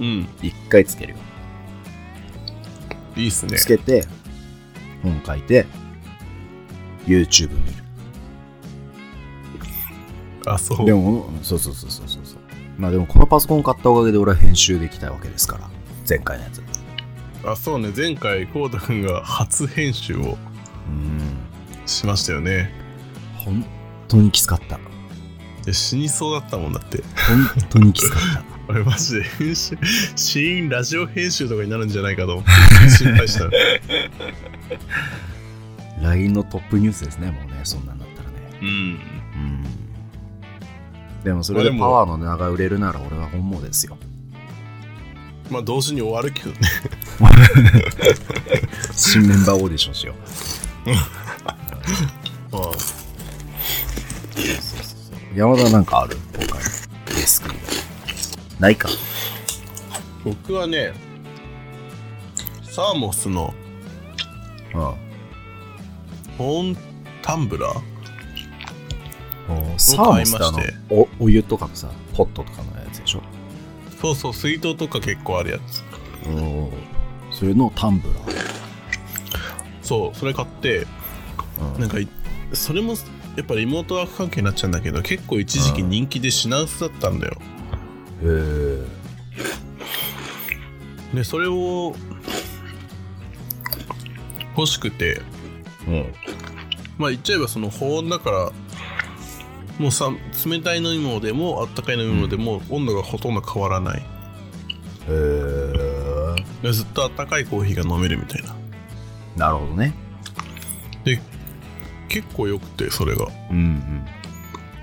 Speaker 2: うん
Speaker 3: 一回つけるよ。
Speaker 2: いいっすね
Speaker 3: つけて、本書いて、YouTube 見る。
Speaker 2: あそう
Speaker 3: でも、うんそうそうそうそうそうそう。まあでも、このパソコン買ったおかげで俺は編集できたわけですから、前回のやつ。う
Speaker 2: あそうね前回こうたくんが初編集を
Speaker 3: ん。
Speaker 2: しましたよね
Speaker 3: 本当にきつかった。本
Speaker 2: で死にそうだったもんだって
Speaker 3: 当にきつか っ
Speaker 2: 俺マジで編集死因ラジオ編集とかになるんじゃないかと思って心 配したの
Speaker 3: た。LINE のトップニュースですね、もうね、そんなんだったらね。
Speaker 2: うん
Speaker 3: うん。でもそれでパワーの値が売れるなら俺は本望ですよ。
Speaker 2: まあ同時に終わるけどね
Speaker 3: 新メンバーオーディションしよう。
Speaker 2: まあ
Speaker 3: 山田なんかある他に。デスクにはないか。
Speaker 2: 僕はねサーモスの
Speaker 3: うん。
Speaker 2: 保温タンブラー
Speaker 3: サーモスってあの
Speaker 2: 買いまして
Speaker 3: おお湯とかのさポットとかのやつでしょ
Speaker 2: そうそう水筒とか結構あるやつ
Speaker 3: それのタンブラー、
Speaker 2: そうそれ買ってなんかいそれもやっぱリモートワーク関係になっちゃうんだけど結構一時期人気で品薄だったんだよ
Speaker 3: へ
Speaker 2: でそれを欲しくて
Speaker 3: え
Speaker 2: まあ言っちゃえばその保温だからもうさ冷たい飲み物でもあったかい飲み物でも温度がほとんど変わらない
Speaker 3: うんへえ
Speaker 2: でずっとあったかいコーヒーが飲めるみたいな
Speaker 3: なるほどね
Speaker 2: 結構よくてそれが
Speaker 3: うん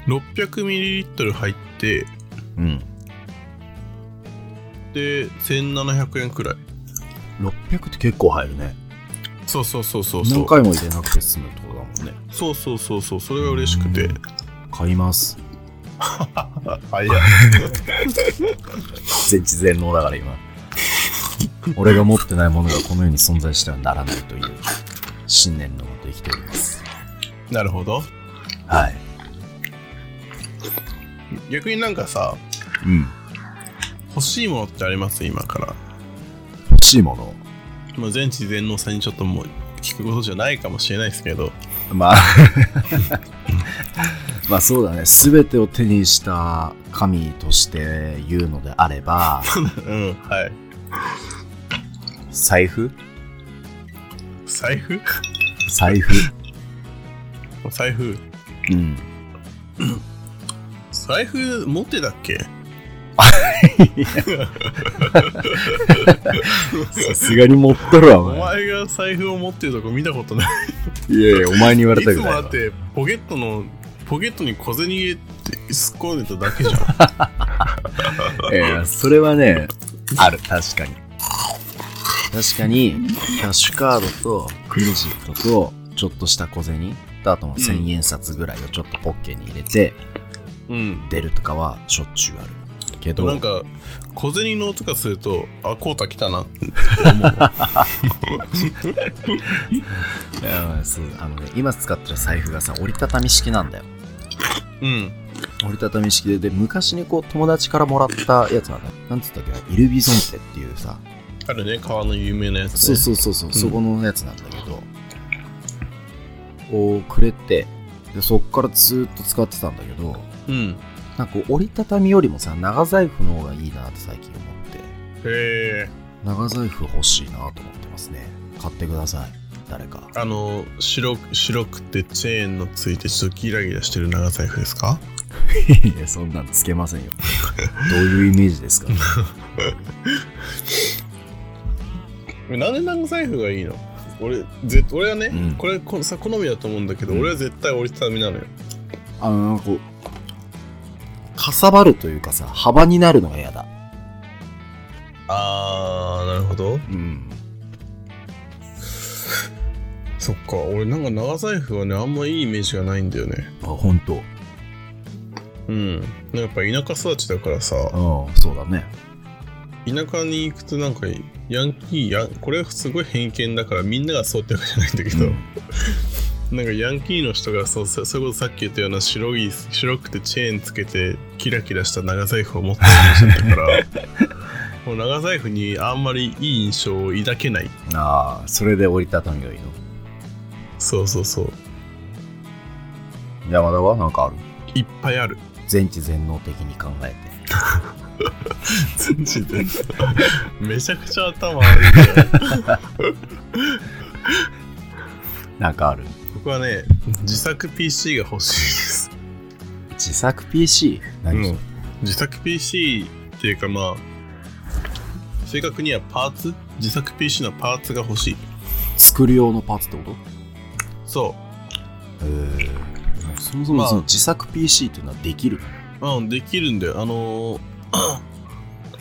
Speaker 2: 600ミリリットル入って
Speaker 3: うんうん
Speaker 2: で1700円くらい
Speaker 3: 600って結構入るね
Speaker 2: そうそうそうそうそ
Speaker 3: 何
Speaker 2: う
Speaker 3: 回も入れなくて済むってことだもんね
Speaker 2: そうそうそうそうそれが嬉しくて
Speaker 3: うん買います
Speaker 2: あいや
Speaker 3: 全知全能だから今俺が持ってないものがこの世に存在してはならないという信念のもと生きております
Speaker 2: なるほど
Speaker 3: はい
Speaker 2: 逆になんかさ
Speaker 3: うん
Speaker 2: 欲しいものってあります今から
Speaker 3: 欲しいもの
Speaker 2: もう全知全能さんにちょっともう聞くことじゃないかもしれないですけど、
Speaker 3: まあ まあそうだね全てを手にした神として言うのであれば
Speaker 2: うん、はい。
Speaker 3: 財布
Speaker 2: 財布
Speaker 3: 財 布
Speaker 2: 財布
Speaker 3: うん
Speaker 2: 財布持ってたっけ
Speaker 3: さすがに持っとるわお
Speaker 2: お
Speaker 3: 前
Speaker 2: 前が財布を持ってるとこ見たことない。
Speaker 3: いやいやお前に言われ
Speaker 2: い
Speaker 3: た
Speaker 2: つ
Speaker 3: く
Speaker 2: も
Speaker 3: ない
Speaker 2: だ
Speaker 3: わ
Speaker 2: って、ポケットの、ポケットに小銭入れて突っ込んでただけじゃん。
Speaker 3: いやいやそれはねある確かに確かにキャッシュカードとクレジットとちょっとした小銭とあとも1000円札ぐらいをちょっとポッケに入れて
Speaker 2: うん。
Speaker 3: 出るとかはしょっちゅうあるけど
Speaker 2: なんか、小銭の音がすると、あ、コータ来たなって。
Speaker 3: いやそうあのね今使ってる財布がさ折りたたみ式なんだよ
Speaker 2: うん。
Speaker 3: 折りたたみ式でで昔にこう友達からもらったやつなんだなんつったっけなイルビゾンテっていうさ
Speaker 2: あるね、川の有名なやつ、ね。
Speaker 3: そうそうそうそう、
Speaker 2: ん
Speaker 3: そこのやつなんだけどをくれてでそっからずーっと使ってたんだけど
Speaker 2: う。うん。
Speaker 3: なんかこう折りたたみよりもさ長財布の方がいいなって最近思って
Speaker 2: へえ。
Speaker 3: 長財布欲しいなと思ってますね買ってください誰か
Speaker 2: あの、白く、白くてチェーンのついて、ちょっとギラギラしてる長財布ですか
Speaker 3: いやそんなんつけませんよ どういうイメージですか
Speaker 2: えなんで長財布がいいの俺ぜ俺はね、
Speaker 3: うん
Speaker 2: これこさ好みだと思うんだけど、
Speaker 3: うん
Speaker 2: 俺は絶対折りたたみなのよ
Speaker 3: あの、なんかこう、かさばるというかさ、幅になるのが嫌だ。
Speaker 2: あーなるほど
Speaker 3: うん。
Speaker 2: そっか俺なんか長財布はねあんまいいイメージがないんだよね
Speaker 3: あ、ほんと。
Speaker 2: うんなんかやっぱ田舎育ちだからさ
Speaker 3: うん、そうだね。
Speaker 2: 田舎に行くとなんかヤンキーやんこれすごい偏見だからみんながそうってわけじゃないんだけど、なんかヤンキーの人がそうそそれこそさっき言ったような白い白くてチェーンつけてキラキラした長財布を持ってる人だからもう長財布にあんまりいい印象を抱けない
Speaker 3: ああ、それで折りたたみがいいの。
Speaker 2: そうそうそう
Speaker 3: 山田はなんかある
Speaker 2: いっぱいある
Speaker 3: 全知全能的に考えて。
Speaker 2: 全然全然めちゃくちゃ頭悪いじゃん
Speaker 3: なんかある
Speaker 2: 僕はね自作 PC が欲しいです
Speaker 3: 自作 PC? 何それ、
Speaker 2: 自作 PC っていうかまあ正確にはパーツ自作 PC のパーツが欲しい
Speaker 3: 作る用のパーツってこと
Speaker 2: そう
Speaker 3: ええ。そもそもその自作 PC っていうのはできる
Speaker 2: うん、できるんだよ。あのー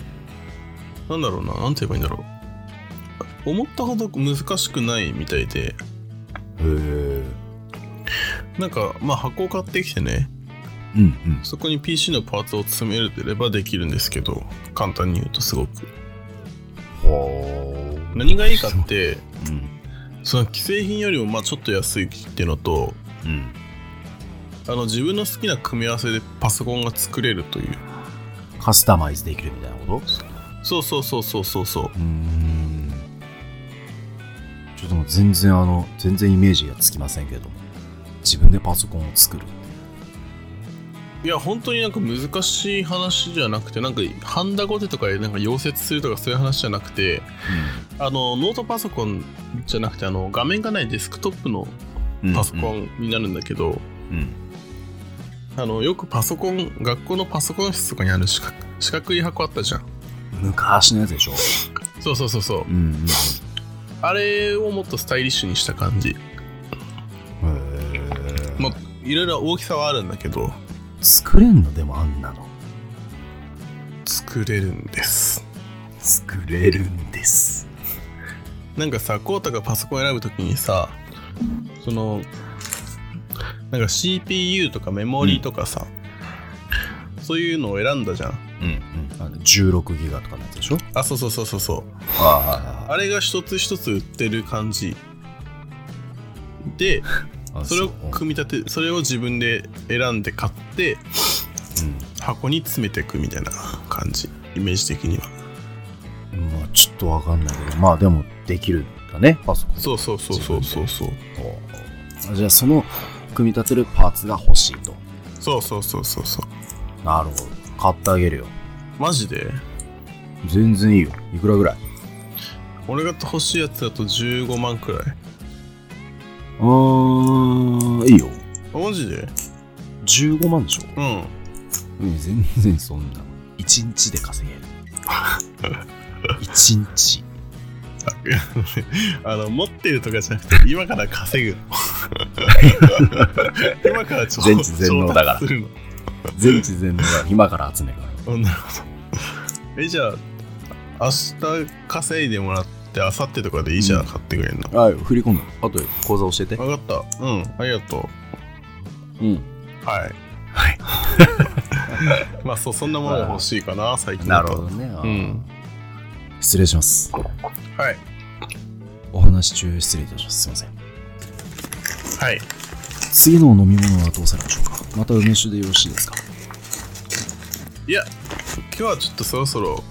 Speaker 2: なんだろうな、なんて言えばいいんだろう。思ったほど難しくないみたいで、
Speaker 3: へえ。うん
Speaker 2: なんか、まあ箱を買ってきてね、
Speaker 3: うん。
Speaker 2: そこに PC のパーツを詰めればできるんですけど、簡単に言うとすごく。
Speaker 3: ほー。
Speaker 2: 何がいいかって、
Speaker 3: うん。
Speaker 2: その既製品よりもまあちょっと安いっていうのと、
Speaker 3: うん。
Speaker 2: あの自分の好きな組み合わせでパソコンが作れるという。
Speaker 3: カスタマイズできるみたいなこと
Speaker 2: そうそうそうそうそうそう。
Speaker 3: うーんちょっともう全然あの全然イメージがつきませんけれども自分でパソコンを作る
Speaker 2: いや本当になんか難しい話じゃなくてなんかハンダゴテとかでなんか溶接するとかそういう話じゃなくてあのノートパソコンじゃなくてあの画面がないデスクトップのパソコ
Speaker 3: ン
Speaker 2: ンになるんだけど、あのよくパソコン学校のパソコン室とかにある四角四角い箱あったじゃん
Speaker 3: 昔のやつでしょ
Speaker 2: そうそうそうそ
Speaker 3: う
Speaker 2: う
Speaker 3: ん
Speaker 2: あれをもっとスタイリッシュにした感じ
Speaker 3: へえ
Speaker 2: まあいろいろ大きさはあるんだけど
Speaker 3: 作れんのでもあんなの
Speaker 2: 作れるんです
Speaker 3: 作れるんです
Speaker 2: なんかさ、コータがパソコン選ぶときにさ、その、なんか CPU とかメモリーとかさ、そういうのを選んだじゃん。
Speaker 3: うんうん16ギガとかのやつでしょ
Speaker 2: あ、そうそうそうそうそう。
Speaker 3: あ
Speaker 2: あれが一つ一つ売ってる感じ。で、
Speaker 3: あ
Speaker 2: それを
Speaker 3: う
Speaker 2: 組み立て、それを自分で選んで買って、箱に詰めていくみたいな感じ。イメージ的には。
Speaker 3: うんまあちょっとわかんないけどまあでもできるだね、パソコン。
Speaker 2: そうそうそうそうそうそう
Speaker 3: おーじゃあ、その組み立てるパーツが欲しいと。
Speaker 2: そうそうそうそうそう
Speaker 3: なるほど。買ってあげるよ。
Speaker 2: マジで
Speaker 3: 全然いいよ。いくらぐらい
Speaker 2: 俺が欲しいやつだと15万くらいう
Speaker 3: ーん、いいよ。
Speaker 2: あマジで
Speaker 3: 15万でしょ
Speaker 2: うん
Speaker 3: うん、全然そんな。1日で稼げ る。1日。
Speaker 2: あの持ってるとかじゃなくて今から稼ぐ の今からちょ
Speaker 3: 全知全能だから
Speaker 2: 調達するの
Speaker 3: 全知全能が今から集めるから。
Speaker 2: うんなるほどえじゃあ明日稼いでもらって明後日とかでいいじゃん、
Speaker 3: うん
Speaker 2: 買ってくれるの
Speaker 3: あ振り込む。あと、口座教えて。
Speaker 2: 分かったうんありがと
Speaker 3: うん。
Speaker 2: うはい
Speaker 3: はい
Speaker 2: まあそうそんなものが欲しいかな最近
Speaker 3: な
Speaker 2: だ
Speaker 3: る
Speaker 2: と
Speaker 3: ほどね。あー
Speaker 2: うん
Speaker 3: 失礼します。
Speaker 2: はい
Speaker 3: お話し中失礼いたします。すいません。
Speaker 2: はい
Speaker 3: 次のお飲み物はどうされましょうかまた梅酒でよろしいですか
Speaker 2: いや今日はちょっとそろそろ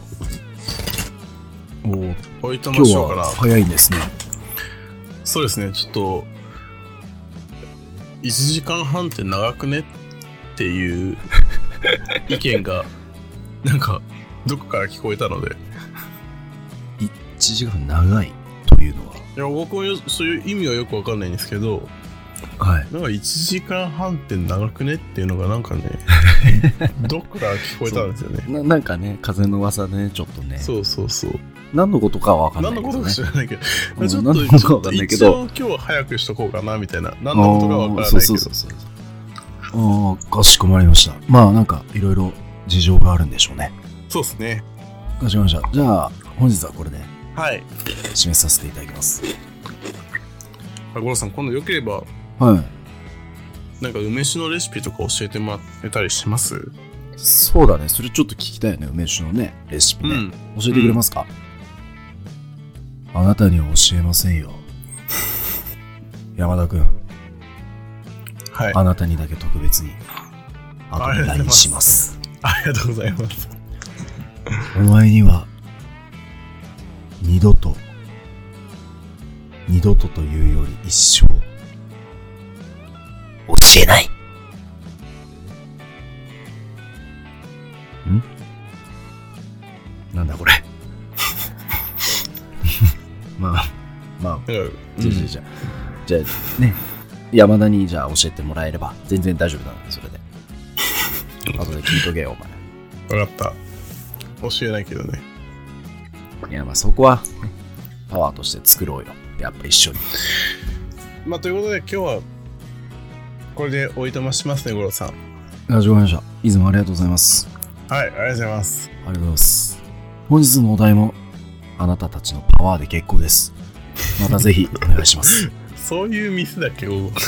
Speaker 3: おお、
Speaker 2: 置いとき
Speaker 3: 今
Speaker 2: ま
Speaker 3: 日
Speaker 2: しょうかな
Speaker 3: は早いんですね。
Speaker 2: そうですね、ちょっと、1時間半って長くねっていう 意見が、なんか、どこから聞こえたので、
Speaker 3: 1時間長いというのは。
Speaker 2: いや僕もよそういう意味はよくわかんないんですけど、
Speaker 3: はい。
Speaker 2: なんか1時間半って長くねっていうのが、なんかね、 どこから聞こえたんですよね。
Speaker 3: ななんかね、風の噂でね、ちょっとね。
Speaker 2: そうそうそう。
Speaker 3: 何のことかはわかんない
Speaker 2: 何
Speaker 3: け
Speaker 2: の
Speaker 3: ど、ね。
Speaker 2: ことか知らないけど、
Speaker 3: うん
Speaker 2: ちょっ
Speaker 3: 何の
Speaker 2: と、
Speaker 3: こ
Speaker 2: ち
Speaker 3: とか
Speaker 2: ょ
Speaker 3: わ
Speaker 2: っ
Speaker 3: か
Speaker 2: と
Speaker 3: んないけ
Speaker 2: 一
Speaker 3: ど。
Speaker 2: 応今日は早くしとこうかなみたいな、何のことかわからな
Speaker 3: あ
Speaker 2: いけ
Speaker 3: ー
Speaker 2: ど、
Speaker 3: そうそうそうそう。ああ、かしこまりました。まあなんかいろいろ事情があるんでしょうね。
Speaker 2: そうですね。
Speaker 3: かしこまりました。じゃあ本日はこれで
Speaker 2: はい。
Speaker 3: 締めさせていただきます。
Speaker 2: あ五郎さん、今度よければ、
Speaker 3: はい。
Speaker 2: なんか梅酒のレシピとか教えてもらえたりします、
Speaker 3: そうだね。それちょっと聞きたいよね。梅酒のね、レシピね。
Speaker 2: うん。
Speaker 3: 教えてくれますか、あなたには教えませんよ。山田君、
Speaker 2: はい。
Speaker 3: あなたにだけ特別に。あ
Speaker 2: あり
Speaker 3: と
Speaker 2: がと
Speaker 3: で
Speaker 2: うござい
Speaker 3: LINE
Speaker 2: ます
Speaker 3: します。
Speaker 2: ありがとうございます。
Speaker 3: お前には、二度と、二度とというより一生、教えない。んなんだこれ。 まあ、まあ、
Speaker 2: なんか
Speaker 3: じゃあじゃあじゃあ、じゃあね、山田にじゃあ教えてもらえれば全然大丈夫なので、それで。後で聞いとけよ、お
Speaker 2: うん、わかった。教えないけどね。
Speaker 3: 前。いや、まあそこは、ねパワーとして作ろうよ。やっぱ一緒に。
Speaker 2: まあ、ということで今日は、これでおいとましますね、五郎さん。
Speaker 3: ラジオ会社、いつもありがとうございます。
Speaker 2: はい、ありがとうございます
Speaker 3: あ。りがとうございます。本日のお題も、あなたたちのパワーで結構です。またぜひお願いし ます。
Speaker 2: そういう店だっけ、午後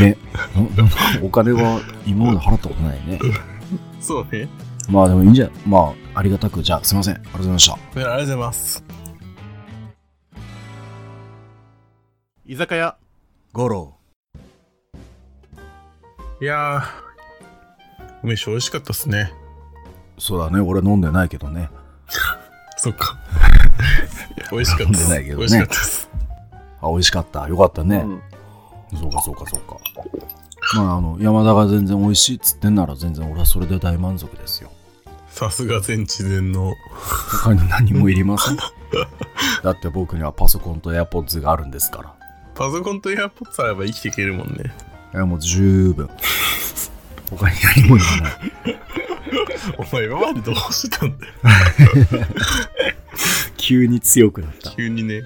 Speaker 3: ね、ななんかお金は今まで払ったことないね。
Speaker 2: そうね。
Speaker 3: まあでもいいんじゃ、まあありがたく、じゃあすいません。ありがとうございました。
Speaker 2: ねありがとうございます。居酒屋。
Speaker 3: ゴロ
Speaker 2: いやー、梅酒美味しかったっすね。
Speaker 3: そうだね、俺飲んでないけどね。
Speaker 2: そっ か。いや美味しかったっす
Speaker 3: 飲んでないけどね
Speaker 2: 美味しかったっす。
Speaker 3: あ、美味しかった。よかったね。
Speaker 2: うん
Speaker 3: そうかそうかそうか。まああの山田が全然美味しいっつってんなら全然俺はそれで大満足ですよ。
Speaker 2: さすが全知全能。
Speaker 3: 他に何もいりません。 だって僕にはパソコンと AirPods があるんですか
Speaker 2: パソコンと AirPods あれば生きていけるもんね。
Speaker 3: ら。いやもう十 分。他に何もいらない。
Speaker 2: お前今までどうしてたんだよ。
Speaker 3: 急に強くなった。
Speaker 2: 急にね。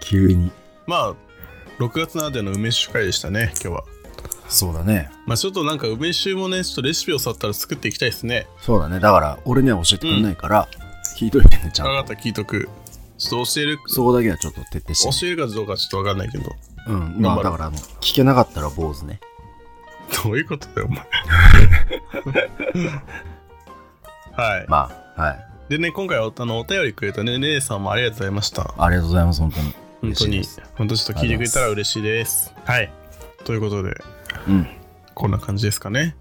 Speaker 3: 急に。
Speaker 2: まあ、6月ならでの梅酒会でしたね、今日は。
Speaker 3: そうだね。
Speaker 2: まあちょっとなんか梅酒もね、ちょっとレシピをさったら作っていきたいですね。
Speaker 3: そうだね。だから俺には教えてくれないから、聞いといてね、ちゃ
Speaker 2: あ
Speaker 3: ん
Speaker 2: った聞いとく。ちょっと教える、
Speaker 3: と。そこだけはちょっと徹底して、
Speaker 2: 教えるかどうかちょっとわかんないけど。
Speaker 3: うん。ま
Speaker 2: 頑張
Speaker 3: あ
Speaker 2: ろう
Speaker 3: だからあの、聞けなかったら坊主ね。
Speaker 2: どういうことだよ、お前。はい。
Speaker 3: まあ、はい。
Speaker 2: でね、今回はあのお便りくれたね、姉さんもありがとうございました。
Speaker 3: ありがとうございます、本当に。
Speaker 2: 本当
Speaker 3: 嬉
Speaker 2: に
Speaker 3: しいで、
Speaker 2: 本当ちょっと聞いてくれたら嬉しいです。はい。ということで、
Speaker 3: うん。
Speaker 2: こんな感じですかね。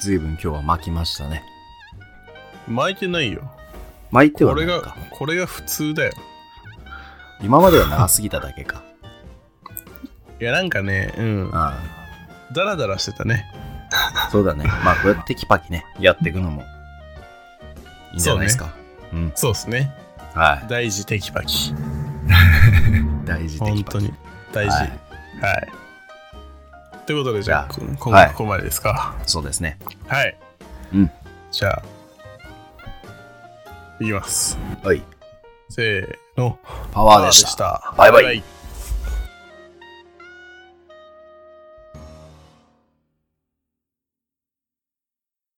Speaker 3: 随分今日は巻きましたね。
Speaker 2: 巻いてないよ。
Speaker 3: 巻いては
Speaker 2: こ
Speaker 3: な
Speaker 2: れ
Speaker 3: い
Speaker 2: が
Speaker 3: か。
Speaker 2: これが普通だよ
Speaker 3: 今までは長すぎただ けか。
Speaker 2: いやなんかねうん
Speaker 3: あ
Speaker 2: ダラダラしてたね
Speaker 3: あそうだね。まあ、こうやってテキパキね、やっていくのもいいんじゃないですか。うん。
Speaker 2: そうですね
Speaker 3: は
Speaker 2: 大事テキパキ
Speaker 3: い。大事テ
Speaker 2: 本
Speaker 3: キパキ。
Speaker 2: 当に大事
Speaker 3: は
Speaker 2: はいい、ということでじゃあ
Speaker 3: じ
Speaker 2: 今
Speaker 3: は
Speaker 2: 後
Speaker 3: い
Speaker 2: ここまでですか
Speaker 3: そうですね。
Speaker 2: はい、
Speaker 3: うん
Speaker 2: じゃあいきます
Speaker 3: はい。
Speaker 2: せーの
Speaker 3: パワーでした。
Speaker 2: た
Speaker 3: バイバイ
Speaker 2: イ